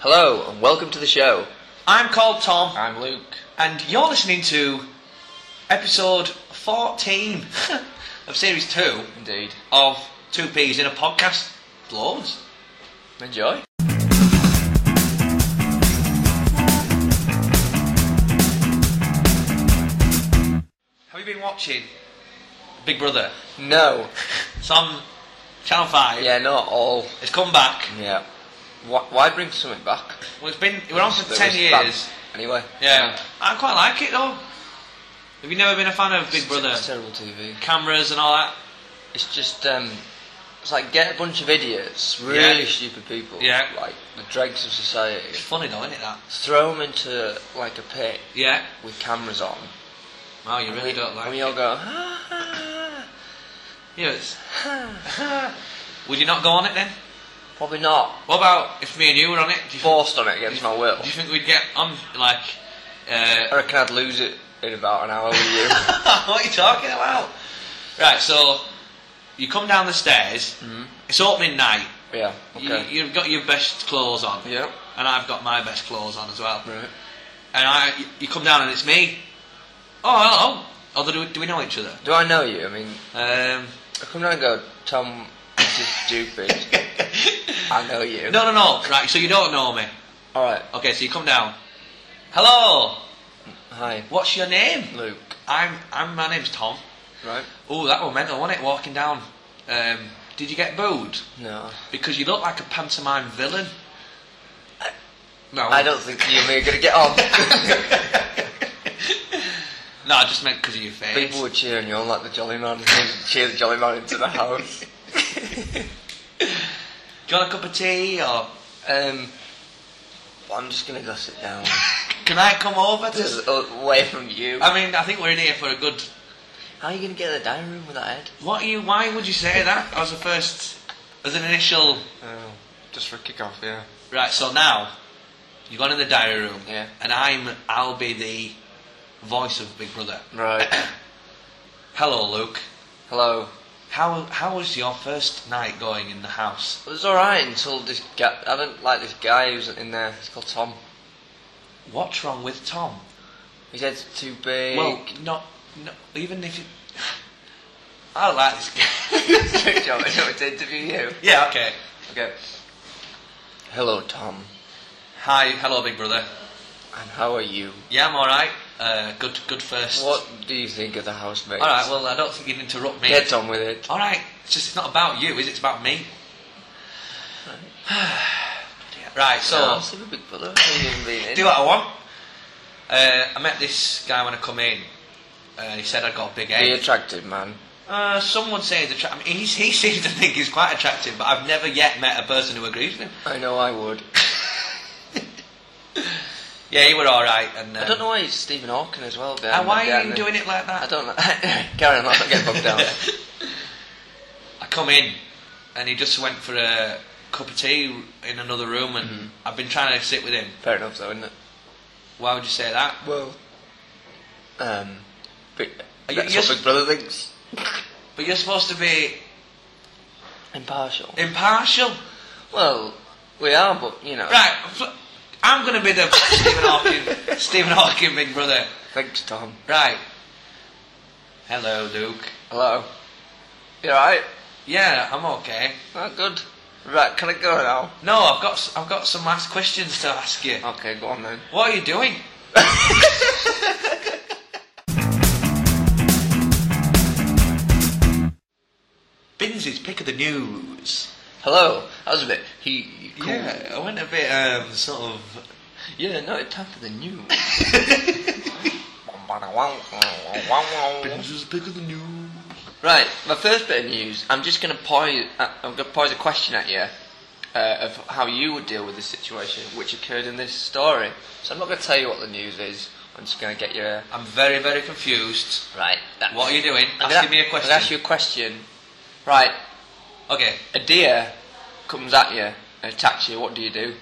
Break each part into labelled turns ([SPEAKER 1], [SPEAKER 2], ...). [SPEAKER 1] Hello, and welcome to the show.
[SPEAKER 2] I'm called Tom,
[SPEAKER 3] I'm Luke.
[SPEAKER 2] and you're listening to episode 14 of series 2
[SPEAKER 3] Indeed.
[SPEAKER 2] of Two Peas in a Podcast. Loads.
[SPEAKER 3] Enjoy.
[SPEAKER 2] Have you been watching Big Brother?
[SPEAKER 3] No.
[SPEAKER 2] It's on Channel 5.
[SPEAKER 3] Yeah, not all.
[SPEAKER 2] It's come back.
[SPEAKER 3] Yeah. Why, why bring something back?
[SPEAKER 2] Well, it's been, it went on for
[SPEAKER 3] That
[SPEAKER 2] 10
[SPEAKER 3] was
[SPEAKER 2] years.
[SPEAKER 3] bad. Anyway.
[SPEAKER 2] Yeah. I quite like it though. Have you never been a fan of Big Brother?
[SPEAKER 3] It's terrible TV.
[SPEAKER 2] Cameras and all that?
[SPEAKER 3] It's just, um, it's like get a bunch of idiots, really
[SPEAKER 2] Yeah.
[SPEAKER 3] stupid people,
[SPEAKER 2] Yeah.
[SPEAKER 3] like the dregs of society,
[SPEAKER 2] It's funny though, isn't it, that?
[SPEAKER 3] throw them into like a pit
[SPEAKER 2] Yeah.
[SPEAKER 3] with cameras on.
[SPEAKER 2] Wow, you really
[SPEAKER 3] we,
[SPEAKER 2] don't like
[SPEAKER 3] and
[SPEAKER 2] it.
[SPEAKER 3] we all go, "Ah, ah,
[SPEAKER 2] Yeah, it's-
[SPEAKER 3] ah."
[SPEAKER 2] Would you not go on it then?
[SPEAKER 3] probably not.
[SPEAKER 2] What about if me and you were on it? Do you, think,
[SPEAKER 3] Forced on it against my will.
[SPEAKER 2] do you think we'd get on, like,
[SPEAKER 3] I
[SPEAKER 2] uh,
[SPEAKER 3] reckon I'd lose it in about an hour with you.
[SPEAKER 2] what are you talking about? Right, so you come down the stairs, it's opening night,
[SPEAKER 3] yeah. Mm-hmm. Okay.
[SPEAKER 2] you, you've got your best clothes on,
[SPEAKER 3] yeah.
[SPEAKER 2] and I've got my best clothes on as well.
[SPEAKER 3] Right.
[SPEAKER 2] And I, you- you come down and it's me. Oh, hello. Oh, do we, do we know each other?
[SPEAKER 3] Do I know you? I mean,
[SPEAKER 2] Um,
[SPEAKER 3] I come down and go, Tom, this is stupid. I know you.
[SPEAKER 2] no, no, no. Right, so you don't know me.
[SPEAKER 3] Alright,
[SPEAKER 2] Okay, so you come down. Hello.
[SPEAKER 3] hi.
[SPEAKER 2] What's your name?
[SPEAKER 3] Luke.
[SPEAKER 2] I'm. I'm. My name's Tom.
[SPEAKER 3] Right?
[SPEAKER 2] Oh, that was mental, wasn't it? Walking down. Um, did you get booed?
[SPEAKER 3] No.
[SPEAKER 2] Because you look like a pantomime villain. No.
[SPEAKER 3] I don't think you and me are going to get on.
[SPEAKER 2] No, I just meant because of your face.
[SPEAKER 3] People were cheering you on like the Jolly Man. Cheer the Jolly Man into the house.
[SPEAKER 2] Got a cup of tea, or
[SPEAKER 3] Um, I'm just going to go sit down.
[SPEAKER 2] can I come over to?
[SPEAKER 3] Just uh, away from you.
[SPEAKER 2] I mean, I think we're in here for a good
[SPEAKER 3] How are you going to get in the dining room with that head?
[SPEAKER 2] What you? Why would you say that as a first, as an initial?
[SPEAKER 3] Oh, just for a kick off, yeah.
[SPEAKER 2] Right. So now, you've gone in the diary room,
[SPEAKER 3] Yeah.
[SPEAKER 2] and I'm. I'll be the voice of Big Brother.
[SPEAKER 3] Right.
[SPEAKER 2] Hello, Luke.
[SPEAKER 3] Hello.
[SPEAKER 2] How how was your first night going in the house?
[SPEAKER 3] It was alright until this guy. I didn't like this guy who's in there. He's called Tom.
[SPEAKER 2] What's wrong with Tom?
[SPEAKER 3] His head's too big.
[SPEAKER 2] Well, not, not even if. You, I don't like this guy.
[SPEAKER 3] John, I know to interview you.
[SPEAKER 2] yeah. Okay.
[SPEAKER 3] Okay. Hello, Tom.
[SPEAKER 2] Hi. Hello, Big Brother.
[SPEAKER 3] And how are you?
[SPEAKER 2] Yeah, I'm all right. Uh, good. Good first.
[SPEAKER 3] What do you think of the housemates?
[SPEAKER 2] All right. Well, I don't think you'd interrupt me.
[SPEAKER 3] Get on with it.
[SPEAKER 2] All right, it's just it's not about you, is it? It's about me. right, so
[SPEAKER 3] No, I'm a big brother. I'm a human being.
[SPEAKER 2] do what I want. Uh, I met this guy when I come in, and he said I got a big
[SPEAKER 3] Be
[SPEAKER 2] head.
[SPEAKER 3] attractive, man.
[SPEAKER 2] Uh, someone says attra- I mean, he's, he seems to think he's quite attractive, but I've never yet met a person who agrees with him.
[SPEAKER 3] I know I would.
[SPEAKER 2] Yeah, you were all right, and um,
[SPEAKER 3] I don't know why it's Stephen Hawking as well.
[SPEAKER 2] And why are you doing it like that?
[SPEAKER 3] I don't know. Karen, let's not get bogged down.
[SPEAKER 2] I come in, and he just went for a cup of tea in another room, and
[SPEAKER 3] Mm-hmm.
[SPEAKER 2] I've been trying to sit with him.
[SPEAKER 3] Fair enough, though, isn't it?
[SPEAKER 2] Why would you say that?
[SPEAKER 3] Well, um, but
[SPEAKER 2] Are you-
[SPEAKER 3] that's
[SPEAKER 2] you're
[SPEAKER 3] what
[SPEAKER 2] s-
[SPEAKER 3] Big Brother thinks.
[SPEAKER 2] But you're supposed to be
[SPEAKER 3] Impartial.
[SPEAKER 2] impartial.
[SPEAKER 3] Well, we are, but you know.
[SPEAKER 2] Right, f- I'm going to be the Stephen Hawking, Stephen Hawking big brother.
[SPEAKER 3] Thanks, Tom.
[SPEAKER 2] Right. Hello, Luke.
[SPEAKER 3] Hello. You alright?
[SPEAKER 2] Yeah, I'm okay.
[SPEAKER 3] Oh, good. Right, can I go now?
[SPEAKER 2] No, I've got s- I've got some last questions to ask you.
[SPEAKER 3] Okay, go on then.
[SPEAKER 2] What are you doing? Binz's pick of the news.
[SPEAKER 3] Hello. That was a bit. He. Cool.
[SPEAKER 2] Yeah, I went a bit um sort of.
[SPEAKER 3] Yeah. No, it's time for the news.
[SPEAKER 2] Binz's pick of the news.
[SPEAKER 3] right. My first bit of news. I'm just gonna pose. uh, I'm gonna pose a question at you. Uh, of how you would deal with this situation, which occurred in this story. So I'm not going to tell you what the news is. I'm just going to get you a,
[SPEAKER 2] I'm very very confused.
[SPEAKER 3] right. That's,
[SPEAKER 2] What are you doing?
[SPEAKER 3] I'm
[SPEAKER 2] Asking
[SPEAKER 3] gonna-
[SPEAKER 2] me a
[SPEAKER 3] I'm
[SPEAKER 2] question.
[SPEAKER 3] gonna ask you a question. Right.
[SPEAKER 2] Okay,
[SPEAKER 3] A deer comes at you and attacks you. What do you do?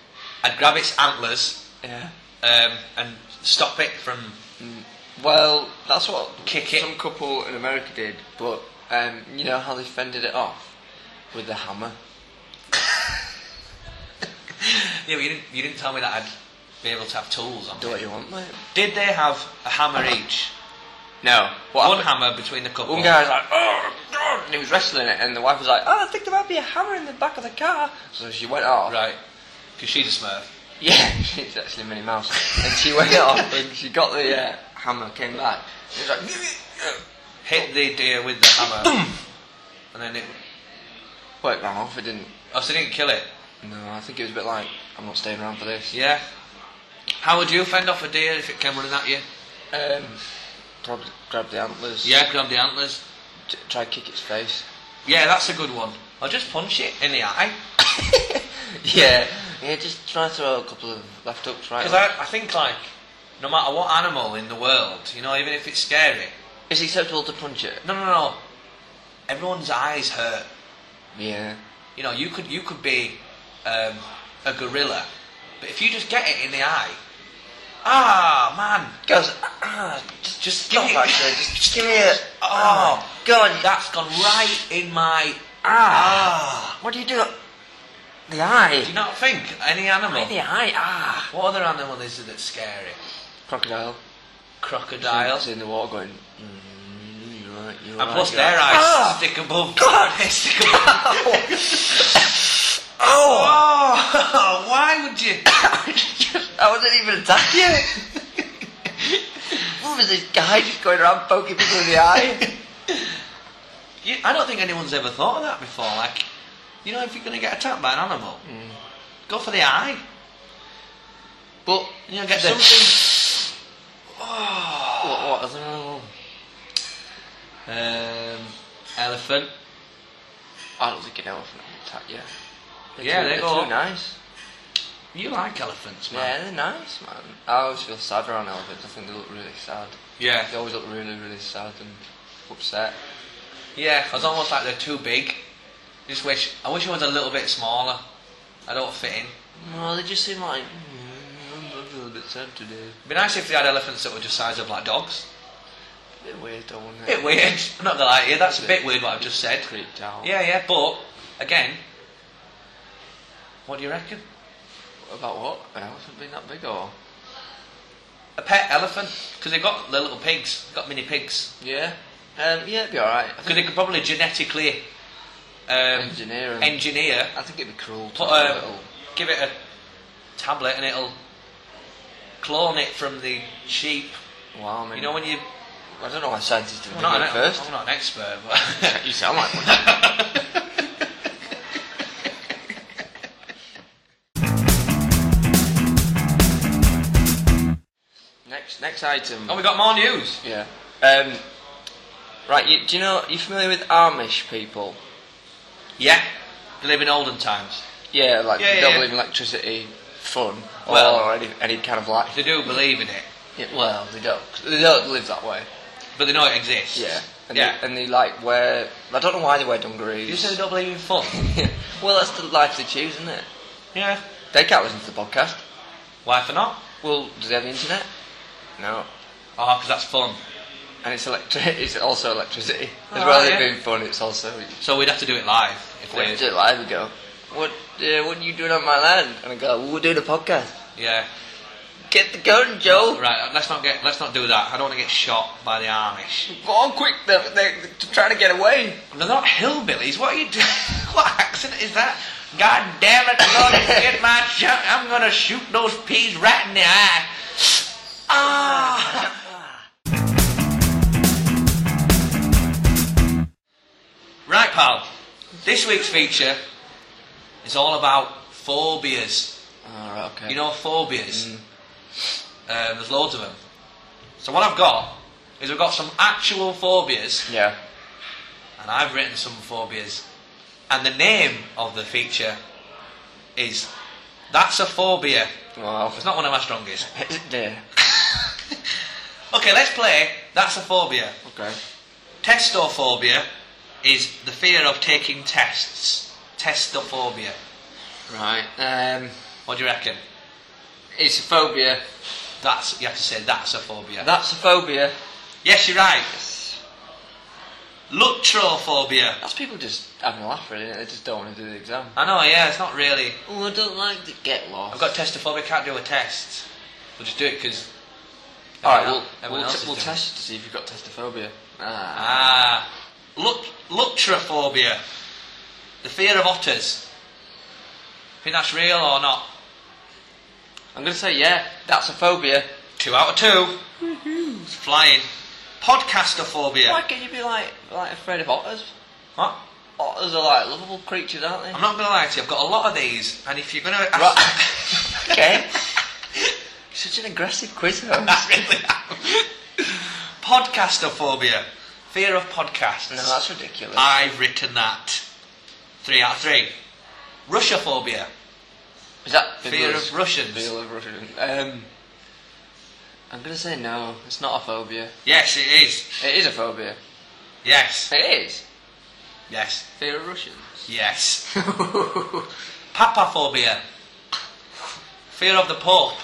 [SPEAKER 2] I'd grab its antlers
[SPEAKER 3] Yeah.
[SPEAKER 2] um, and stop it from.
[SPEAKER 3] Well, that's what
[SPEAKER 2] Kick it.
[SPEAKER 3] some couple in America did, but um, you know how they fended it off with the hammer.
[SPEAKER 2] yeah, but you didn't, you didn't tell me that I'd be able to have tools on
[SPEAKER 3] Do
[SPEAKER 2] me.
[SPEAKER 3] what you want, mate.
[SPEAKER 2] Did they have a hammer each?
[SPEAKER 3] No. What
[SPEAKER 2] One
[SPEAKER 3] happened-
[SPEAKER 2] hammer between the couple.
[SPEAKER 3] One guy was like, oh, God, and he was wrestling it, and the wife was like, oh, I think there might be a hammer in the back of the car. So she went off.
[SPEAKER 2] Right. Because she's a smurf.
[SPEAKER 3] Yeah, she's actually Minnie Mouse. And she went off, and she got the uh, hammer, came back. She was like,
[SPEAKER 2] Hit the deer with the hammer. and then it.
[SPEAKER 3] well, it ran off, it didn't.
[SPEAKER 2] Oh, so they didn't kill it.
[SPEAKER 3] No, I think it was a bit like, I'm not staying around for this.
[SPEAKER 2] Yeah. How would you fend off a deer if it came running at you?
[SPEAKER 3] Um, grab, grab the antlers.
[SPEAKER 2] Yeah, grab the antlers.
[SPEAKER 3] T- try kick its face.
[SPEAKER 2] Yeah, that's a good one. Or just punch it in the eye.
[SPEAKER 3] yeah. Yeah, just try to throw a couple of left hooks, right?
[SPEAKER 2] Because I, I think, like, no matter what animal in the world, you know, even if it's scary,
[SPEAKER 3] Is it acceptable to punch it?
[SPEAKER 2] no, no, no. Everyone's eyes hurt.
[SPEAKER 3] Yeah.
[SPEAKER 2] You know, you could you could be um, a gorilla, but if you just get it in the eye, ah, man,
[SPEAKER 3] Goes, ah, just,
[SPEAKER 2] just
[SPEAKER 3] stop
[SPEAKER 2] give it.
[SPEAKER 3] actually, just, just give me a.
[SPEAKER 2] Oh,
[SPEAKER 3] God, that,
[SPEAKER 2] that's gone right in my
[SPEAKER 3] Ah.
[SPEAKER 2] ah.
[SPEAKER 3] what do you do? The eye.
[SPEAKER 2] Do you not think any animal?
[SPEAKER 3] The eye, ah.
[SPEAKER 2] What other animal is it that's scary?
[SPEAKER 3] Crocodile.
[SPEAKER 2] Crocodile.
[SPEAKER 3] It's in the water going, mm, you're right, you're
[SPEAKER 2] And
[SPEAKER 3] right,
[SPEAKER 2] plus
[SPEAKER 3] you're
[SPEAKER 2] their
[SPEAKER 3] right.
[SPEAKER 2] eyes
[SPEAKER 3] Ah.
[SPEAKER 2] stick above. God, they stick above. oh. why would you?
[SPEAKER 3] I wasn't even attacking you. what was this guy just going around poking people in the eye?
[SPEAKER 2] you? I don't think anyone's ever thought of that before. Like, you know, if you're going to get attacked by an animal,
[SPEAKER 3] Hmm.
[SPEAKER 2] go for the eye.
[SPEAKER 3] But,
[SPEAKER 2] You know, get
[SPEAKER 3] The-
[SPEAKER 2] something.
[SPEAKER 3] what, what, I don't know.
[SPEAKER 2] Um, elephant.
[SPEAKER 3] I don't think an elephant would attack you. They're
[SPEAKER 2] Yeah,
[SPEAKER 3] too,
[SPEAKER 2] they
[SPEAKER 3] are
[SPEAKER 2] go-
[SPEAKER 3] too nice.
[SPEAKER 2] You like elephants, man?
[SPEAKER 3] Yeah, they're nice, man. I always feel sad around elephants. I think they look really sad.
[SPEAKER 2] Yeah.
[SPEAKER 3] They always look really, really sad and upset.
[SPEAKER 2] Yeah, it's almost like they're too big. Just wish I wish I was a little bit smaller. I don't fit in.
[SPEAKER 3] No, they just seem like "Mm, I'm a little bit sad today.
[SPEAKER 2] It'd be nice if they had elephants that were just size of like dogs.
[SPEAKER 3] A bit weird, though, wasn't
[SPEAKER 2] Bit
[SPEAKER 3] it?
[SPEAKER 2] weird. I'm not gonna lie to you, that's a bit weird what I've just said.
[SPEAKER 3] Creeped out.
[SPEAKER 2] Yeah, yeah, but again, what do you reckon?
[SPEAKER 3] About what? An elephant being that big, or?
[SPEAKER 2] A pet elephant? Because they've got the little pigs, they've got mini pigs.
[SPEAKER 3] Yeah. Um, yeah, it'd be alright. I
[SPEAKER 2] Because
[SPEAKER 3] think
[SPEAKER 2] they could probably genetically um,
[SPEAKER 3] engineering.
[SPEAKER 2] engineer,
[SPEAKER 3] I think it'd be cruel to
[SPEAKER 2] put
[SPEAKER 3] have a
[SPEAKER 2] a,
[SPEAKER 3] little.
[SPEAKER 2] give it a tablet and it'll clone it from the sheep.
[SPEAKER 3] Wow, I mean,
[SPEAKER 2] You know when you
[SPEAKER 3] I don't know why scientists didn't
[SPEAKER 2] I'm
[SPEAKER 3] do
[SPEAKER 2] not,
[SPEAKER 3] it
[SPEAKER 2] an,
[SPEAKER 3] first.
[SPEAKER 2] I'm not an expert, but
[SPEAKER 3] You sound like one. next, next item.
[SPEAKER 2] oh, we got more news.
[SPEAKER 3] Yeah. Um, right. You, do you know? You familiar with Amish people?
[SPEAKER 2] Yeah, they live in olden times.
[SPEAKER 3] Yeah, like
[SPEAKER 2] Yeah, yeah,
[SPEAKER 3] doubling
[SPEAKER 2] yeah.
[SPEAKER 3] electricity, fun,
[SPEAKER 2] Well-
[SPEAKER 3] or any any kind of like.
[SPEAKER 2] They do believe in it,
[SPEAKER 3] Yeah, well, they don't. They don't live that way.
[SPEAKER 2] but they know it exists.
[SPEAKER 3] Yeah. And
[SPEAKER 2] yeah.
[SPEAKER 3] They, and they like wear. I don't know why they wear
[SPEAKER 2] you said they
[SPEAKER 3] dungarees.
[SPEAKER 2] don't believe in fun.
[SPEAKER 3] well, that's the life they choose, isn't it?
[SPEAKER 2] yeah.
[SPEAKER 3] They can't listen to the podcast.
[SPEAKER 2] Why for not?
[SPEAKER 3] Well, do they have the internet? No.
[SPEAKER 2] Oh, because that's fun.
[SPEAKER 3] And it's electric. It's also electricity. As
[SPEAKER 2] Oh,
[SPEAKER 3] well as
[SPEAKER 2] yeah.
[SPEAKER 3] it being fun, it's also.
[SPEAKER 2] So we'd have to do it live if
[SPEAKER 3] We
[SPEAKER 2] we.
[SPEAKER 3] did it live ago. What? Uh, what are you doing on my land? And I go, well, we're doing a podcast.
[SPEAKER 2] Yeah.
[SPEAKER 3] Get the gun, Joe.
[SPEAKER 2] Right. Let's not get. Let's not do that. I don't want to get shot by the Amish.
[SPEAKER 3] Go on quick. They're, they're, they're trying to get away.
[SPEAKER 2] No, they're not hillbillies. What are you doing? what accent is that? God damn it! I'm gonna get my shot. I'm gonna shoot those peas right in the eye. Ah. Right, pal. This week's feature is all about phobias.
[SPEAKER 3] All right. Okay.
[SPEAKER 2] You know, phobias. Um, there's loads of them. So what I've got is I've got some actual phobias,
[SPEAKER 3] Yeah.
[SPEAKER 2] and I've written some phobias. And the name of the feature is "That's a Phobia."
[SPEAKER 3] Wow.
[SPEAKER 2] It's not one of my strongest.
[SPEAKER 3] yeah.
[SPEAKER 2] Okay, let's play "That's a Phobia."
[SPEAKER 3] Okay.
[SPEAKER 2] Testophobia is the fear of taking tests. Testophobia.
[SPEAKER 3] Right. Um,
[SPEAKER 2] What do you reckon?
[SPEAKER 3] it's a phobia.
[SPEAKER 2] That's you have to say that's a phobia.
[SPEAKER 3] That's a phobia.
[SPEAKER 2] yes, you're right. Luctrophobia.
[SPEAKER 3] That's people just having a laugh, really. innit? They just don't want to do the exam.
[SPEAKER 2] I know, yeah, it's not really.
[SPEAKER 3] Oh, I don't like to get lost.
[SPEAKER 2] I've got testophobia, can't do a test. We'll just do it because.
[SPEAKER 3] All right, we'll, we'll, t- we'll test you to see if you've got testophobia. Ah,
[SPEAKER 2] Ah, look, luctrophobia. The fear of otters. Think that's real or not?
[SPEAKER 3] I'm gonna say yeah. That's a phobia.
[SPEAKER 2] Two out of 2 It's flying. Podcastophobia.
[SPEAKER 3] Why can you be like like afraid of otters?
[SPEAKER 2] What?
[SPEAKER 3] Otters are like lovable creatures, aren't they?
[SPEAKER 2] I'm not gonna lie to you. I've got a lot of these, and if you're gonna, ask,
[SPEAKER 3] Right. okay. Such an aggressive quiz host.
[SPEAKER 2] podcastophobia, fear of podcasts.
[SPEAKER 3] No, that's ridiculous.
[SPEAKER 2] I've written that. Three out of three. Russiophobia.
[SPEAKER 3] Is that
[SPEAKER 2] Fear
[SPEAKER 3] Fiddler's-
[SPEAKER 2] of Russians.
[SPEAKER 3] Fear of Russians. Um, I'm gonna say no. It's not a phobia.
[SPEAKER 2] Yes, it is.
[SPEAKER 3] It is a phobia.
[SPEAKER 2] Yes.
[SPEAKER 3] It is
[SPEAKER 2] Yes.
[SPEAKER 3] fear of Russians.
[SPEAKER 2] Yes. Papaphobia. Fear of the Pope.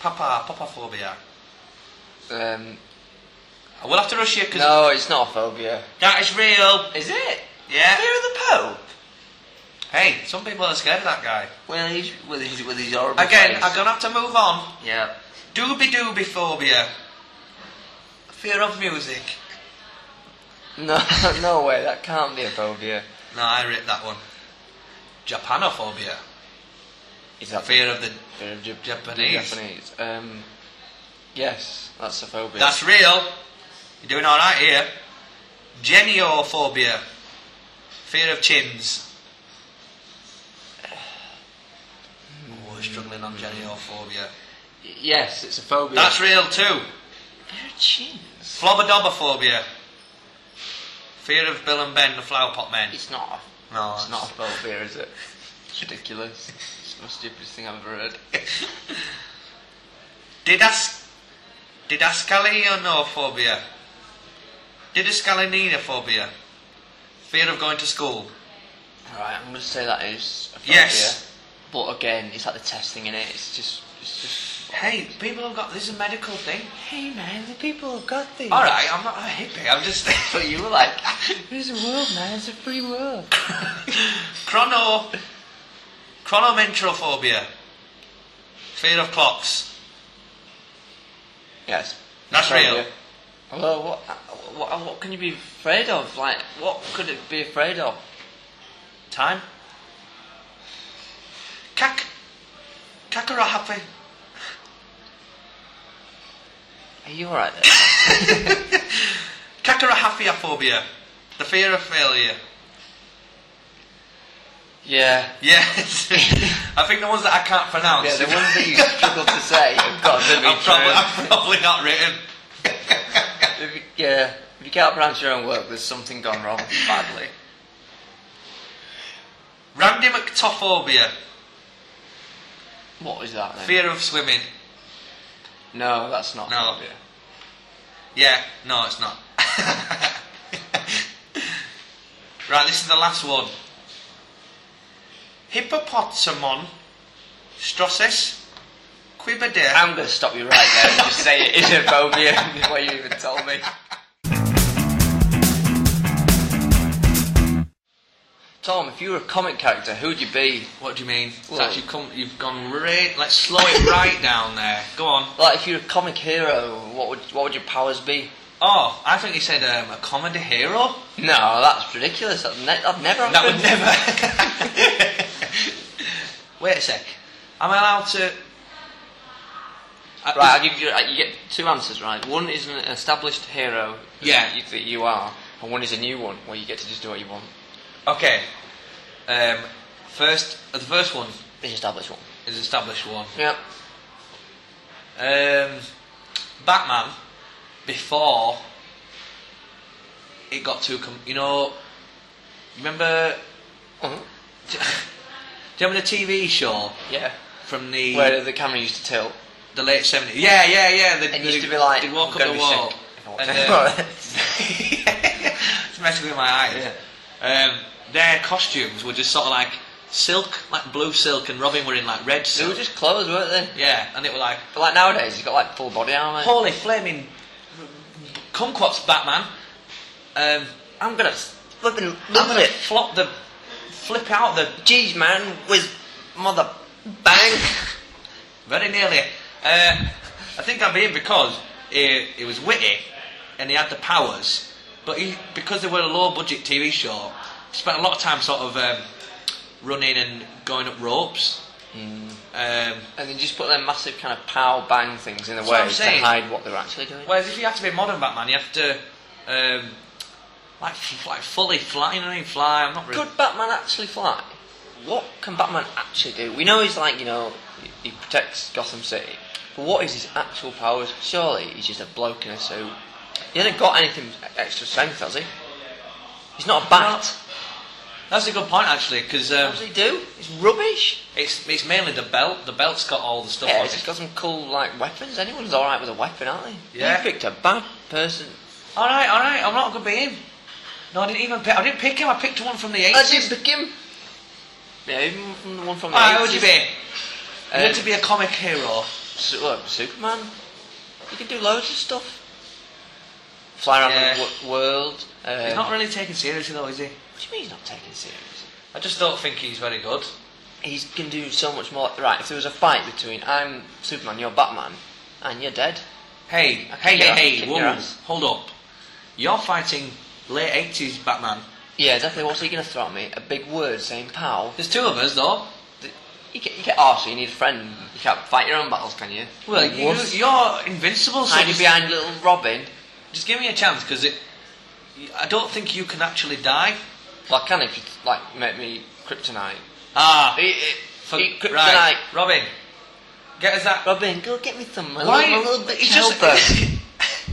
[SPEAKER 2] Papa, papaphobia.
[SPEAKER 3] um,
[SPEAKER 2] I will have to rush you because
[SPEAKER 3] no, it's not a phobia.
[SPEAKER 2] that is real.
[SPEAKER 3] Is it?
[SPEAKER 2] Yeah.
[SPEAKER 3] Fear of the Pope.
[SPEAKER 2] Hey, some people are scared of that guy.
[SPEAKER 3] Well, he's with his with his horrible.
[SPEAKER 2] Again,
[SPEAKER 3] face.
[SPEAKER 2] I'm gonna have to move on.
[SPEAKER 3] Yeah.
[SPEAKER 2] Doobie doobie phobia. Fear of music.
[SPEAKER 3] No, no way. That can't be a phobia.
[SPEAKER 2] No, I ripped that one. Japanophobia.
[SPEAKER 3] Is that
[SPEAKER 2] Fear of the.
[SPEAKER 3] fear of Jap-
[SPEAKER 2] Japanese.
[SPEAKER 3] Japanese. Um, yes, that's a phobia.
[SPEAKER 2] That's real. You're doing alright here. Geniophobia. Fear of chins. Oh, we're struggling on geniophobia.
[SPEAKER 3] yes, it's a phobia.
[SPEAKER 2] That's real too.
[SPEAKER 3] fear of chins.
[SPEAKER 2] Flobodobophobia. Fear of Bill and Ben, the flower pot men.
[SPEAKER 3] It's not. A,
[SPEAKER 2] No,
[SPEAKER 3] it's
[SPEAKER 2] it's-
[SPEAKER 3] not a phobia, is it? It's ridiculous. it's the stupidest thing I've ever heard.
[SPEAKER 2] Didas Didascalionophobia. Didascalinophobia. Fear of going to school.
[SPEAKER 3] Alright, I'm gonna say that is a phobia.
[SPEAKER 2] Yes.
[SPEAKER 3] But again, it's like the testing in it. It's just, it's just.
[SPEAKER 2] Hey, people have got this is a medical thing.
[SPEAKER 3] Hey man, the people have got these.
[SPEAKER 2] All right, I'm not a hippie. I'm just
[SPEAKER 3] But you were like, "It's a world, man. It's a free world."
[SPEAKER 2] chrono chronometrophobia. Fear of clocks.
[SPEAKER 3] Yes.
[SPEAKER 2] That's
[SPEAKER 3] Phobia.
[SPEAKER 2] real.
[SPEAKER 3] Well, what, what, what can you be afraid of? Like, what could it be afraid of?
[SPEAKER 2] Time. Kak Kakarahapi.
[SPEAKER 3] Are you alright there?
[SPEAKER 2] Kakarahapiophobia. The fear of failure.
[SPEAKER 3] yeah.
[SPEAKER 2] Yes. I think the ones that I can't pronounce.
[SPEAKER 3] Yeah, the ones that you struggle to say have got to be
[SPEAKER 2] I'm probably,
[SPEAKER 3] true.
[SPEAKER 2] I'm probably not written.
[SPEAKER 3] If you, yeah, if you can't pronounce your own work, there's something gone wrong badly.
[SPEAKER 2] Randy McTophobia.
[SPEAKER 3] What is that then?
[SPEAKER 2] Fear of swimming.
[SPEAKER 3] No, that's not.
[SPEAKER 2] No.
[SPEAKER 3] phobia.
[SPEAKER 2] Yeah, no, it's not. right, this is the last one. Hippopotamon. Strosses. Quibidea.
[SPEAKER 3] I'm going to stop you right there and just say it is a phobia before you even told me. Tom, if you were a comic character, who would you be?
[SPEAKER 2] what do you mean? It's
[SPEAKER 3] Well-
[SPEAKER 2] actually come, you've gone right. Let's slow it right down there. Go on.
[SPEAKER 3] Like, if you're a comic hero, what would what would your powers be?
[SPEAKER 2] Oh, I think you said um, a comedy hero.
[SPEAKER 3] No, that's ridiculous. That ne- I've never.
[SPEAKER 2] That would never. Wait a sec. Am I allowed to?
[SPEAKER 3] Right, I'll give you. uh, You get two answers, right? One is an established hero.
[SPEAKER 2] Yeah.
[SPEAKER 3] that you- that you are, and one is a new one where you get to just do what you want.
[SPEAKER 2] Okay. Um, first, uh, the first one
[SPEAKER 3] The established one.
[SPEAKER 2] is established one.
[SPEAKER 3] Yep.
[SPEAKER 2] Um, Batman before it got too. Com- you know, remember?
[SPEAKER 3] uh
[SPEAKER 2] Do you remember the TV show
[SPEAKER 3] Yeah.
[SPEAKER 2] from the
[SPEAKER 3] Where the camera used to tilt.
[SPEAKER 2] the late seventies? Yeah, yeah, yeah. They,
[SPEAKER 3] It
[SPEAKER 2] they-
[SPEAKER 3] used to be like,
[SPEAKER 2] they'd walk
[SPEAKER 3] I'm
[SPEAKER 2] up
[SPEAKER 3] gonna
[SPEAKER 2] the
[SPEAKER 3] be
[SPEAKER 2] wall.
[SPEAKER 3] sick if I watch
[SPEAKER 2] and,
[SPEAKER 3] it.
[SPEAKER 2] uh, it's messing with my eyes. Um, their costumes were just sort of like silk, like blue silk, and Robin were in like red
[SPEAKER 3] They were
[SPEAKER 2] silk.
[SPEAKER 3] just clothes, weren't they?
[SPEAKER 2] Yeah, and it were like,
[SPEAKER 3] But like nowadays, you've got like full body armor.
[SPEAKER 2] holy flaming kumquats, Batman. Um,
[SPEAKER 3] I'm gonna flipping
[SPEAKER 1] Love
[SPEAKER 3] I'm gonna
[SPEAKER 1] it.
[SPEAKER 3] flop the flip out the geez man with mother
[SPEAKER 1] Bang!
[SPEAKER 2] Very nearly. Uh, I think I'm being because he, he was witty and he had the powers, but he, because they were a low budget TV show, he spent a lot of time sort of um, running and going up ropes. Um,
[SPEAKER 3] and then just put their massive kind of pow bang things in the
[SPEAKER 2] That's what
[SPEAKER 3] way
[SPEAKER 2] I'm
[SPEAKER 3] to
[SPEAKER 2] saying.
[SPEAKER 3] hide what they're actually doing.
[SPEAKER 2] whereas if you had to be modern Batman, you have to um, like f- like fully fly. You know what I mean? Fly. I'm not really.
[SPEAKER 3] Could Batman actually fly? What can Batman actually do? We know he's like, you know, he he protects Gotham City. But what is his actual powers? Surely he's just a bloke in a suit. He hasn't got anything extra strength, has he? He's not a bat.
[SPEAKER 2] That's a good point actually, because
[SPEAKER 3] What does he do? It's rubbish.
[SPEAKER 2] it's it's mainly the belt. The belt's got all the stuff
[SPEAKER 3] Yeah,
[SPEAKER 2] on
[SPEAKER 3] he's just
[SPEAKER 2] it.
[SPEAKER 3] got some cool like weapons. Anyone's alright with a weapon, aren't they?
[SPEAKER 2] Yeah.
[SPEAKER 3] You picked a bad person.
[SPEAKER 2] All right, all right. I'm not gonna be him. No, I didn't even. Pick, I didn't pick him. I picked one from the
[SPEAKER 3] I
[SPEAKER 2] eighties.
[SPEAKER 3] didn't pick him. Yeah, even from the one from the
[SPEAKER 2] Alright, what would you
[SPEAKER 3] 80s.
[SPEAKER 2] be?
[SPEAKER 3] Uh,
[SPEAKER 2] you want to be a comic hero.
[SPEAKER 3] Su- what, Superman. You can do loads of stuff. Fly around
[SPEAKER 2] Yeah.
[SPEAKER 3] the w- world. Uh,
[SPEAKER 2] He's not really taken seriously though, is he?
[SPEAKER 3] What do you mean he's not taken seriously?
[SPEAKER 2] I just don't think he's very good.
[SPEAKER 3] He can do so much more. Right, if there was a fight between I'm Superman, you're Batman, and you're dead.
[SPEAKER 2] Hey,
[SPEAKER 3] I
[SPEAKER 2] hey,
[SPEAKER 3] kick your-
[SPEAKER 2] hey, hey,
[SPEAKER 3] kick
[SPEAKER 2] whoa,
[SPEAKER 3] your ass.
[SPEAKER 2] hold up. You're fighting late 80s Batman.
[SPEAKER 3] Yeah, exactly. What's he gonna throw at me? A big word saying "pal."
[SPEAKER 2] There's two of us though.
[SPEAKER 3] Th- You get, you get arse, oh, you need a friend. You can't fight your own battles, can you?
[SPEAKER 2] Well, you,
[SPEAKER 3] Wuss.
[SPEAKER 2] you're invincible, so
[SPEAKER 3] hiding
[SPEAKER 2] just,
[SPEAKER 3] behind little Robin.
[SPEAKER 2] just give me a chance because it. I don't think you can actually die.
[SPEAKER 3] Well, I can if you like make me kryptonite.
[SPEAKER 2] Ah,
[SPEAKER 3] Eat it.
[SPEAKER 2] for-
[SPEAKER 3] Eat kryptonite.
[SPEAKER 2] right, Robin. Get us that.
[SPEAKER 3] Robin, go get me some. My
[SPEAKER 2] Why-
[SPEAKER 3] little, my little bitch
[SPEAKER 2] it's just-
[SPEAKER 3] helper.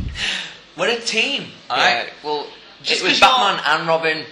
[SPEAKER 2] We're a team,
[SPEAKER 3] Yeah,
[SPEAKER 2] alright?
[SPEAKER 3] well,
[SPEAKER 2] Just
[SPEAKER 3] it was
[SPEAKER 2] 'cause you're-
[SPEAKER 3] Batman and Robin,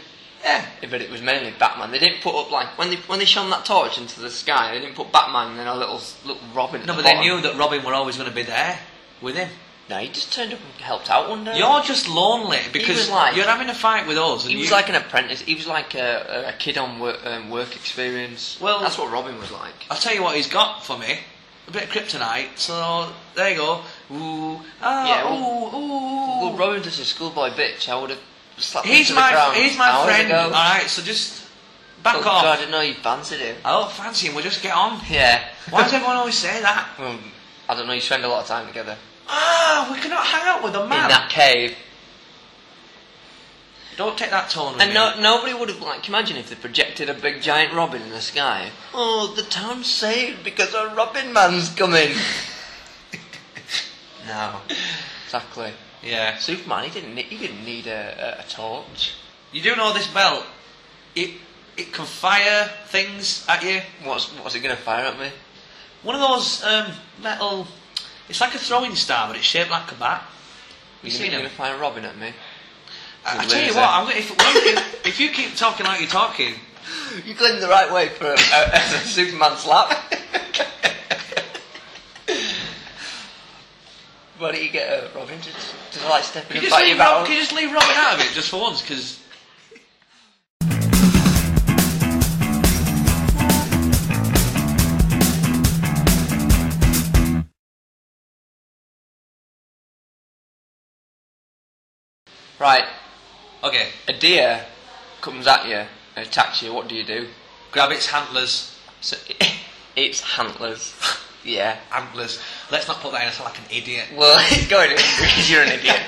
[SPEAKER 2] Yeah.
[SPEAKER 3] but it was mainly Batman. They didn't put up like when they when they shone that torch into the sky. They didn't put Batman and then a little little Robin. at
[SPEAKER 2] No,
[SPEAKER 3] the
[SPEAKER 2] but they
[SPEAKER 3] bottom.
[SPEAKER 2] knew that Robin were always going to be there with him.
[SPEAKER 3] No, he just turned up and helped out one day.
[SPEAKER 2] You're just lonely because
[SPEAKER 3] was like-
[SPEAKER 2] you're having a fight with us. And
[SPEAKER 3] he was
[SPEAKER 2] you-
[SPEAKER 3] like an apprentice. He was like a, a kid on work, um, work experience.
[SPEAKER 2] Well-
[SPEAKER 3] that's what Robin was like.
[SPEAKER 2] I'll tell you what he's got for me. A bit of kryptonite. So there you go. Ooh, ah,
[SPEAKER 3] Yeah,
[SPEAKER 2] ooh, ooh.
[SPEAKER 3] Well, Robin's just a schoolboy bitch. I would have slapped him
[SPEAKER 2] he's
[SPEAKER 3] to the
[SPEAKER 2] my
[SPEAKER 3] ground
[SPEAKER 2] he's my
[SPEAKER 3] hours
[SPEAKER 2] friend.
[SPEAKER 3] ago.
[SPEAKER 2] All right, so just back
[SPEAKER 3] Oh,
[SPEAKER 2] off.
[SPEAKER 3] God, I didn't know you fancied him.
[SPEAKER 2] I don't fancy him. We'll just get on.
[SPEAKER 3] Yeah.
[SPEAKER 2] Why does everyone always say that?
[SPEAKER 3] Well, I don't know. You spend a lot of time together
[SPEAKER 2] Ah, we cannot hang out with a man.
[SPEAKER 3] in that cave.
[SPEAKER 2] Don't take that tone. With
[SPEAKER 3] And
[SPEAKER 2] me.
[SPEAKER 3] no, nobody would have like. Imagine if they projected a big giant robin in the sky. Oh, the town's saved because a robin man's coming. no, exactly.
[SPEAKER 2] Yeah.
[SPEAKER 3] Superman, he didn't. Need, he didn't need a, a, a torch.
[SPEAKER 2] You do know this belt. It it can fire things at you.
[SPEAKER 3] What's What's it gonna fire at me?
[SPEAKER 2] One of those um, metal. It's like a throwing star, but it's shaped like a bat.
[SPEAKER 3] You gonna,
[SPEAKER 2] You seen
[SPEAKER 3] you
[SPEAKER 2] him?
[SPEAKER 3] gonna fire a robin at me?
[SPEAKER 2] I, I
[SPEAKER 3] Good
[SPEAKER 2] tell you
[SPEAKER 3] laser.
[SPEAKER 2] what, I'm gonna, if, if if you keep talking like you're talking,
[SPEAKER 3] You're going the right way for a, a, a Superman slap. Why don't you get a robin to, to like step in
[SPEAKER 2] can
[SPEAKER 3] and
[SPEAKER 2] you, just
[SPEAKER 3] fight you
[SPEAKER 2] leave
[SPEAKER 3] battle?
[SPEAKER 2] Rob, can you just leave Robin out of it just for once? Because
[SPEAKER 3] Right,
[SPEAKER 2] okay,
[SPEAKER 3] a deer comes at you and attacks you. What do you do?
[SPEAKER 2] grab its antlers,
[SPEAKER 3] So, it's antlers. yeah.
[SPEAKER 2] antlers. Let's not put that in. I sound like an idiot.
[SPEAKER 3] Well, it's going to because you're an idiot.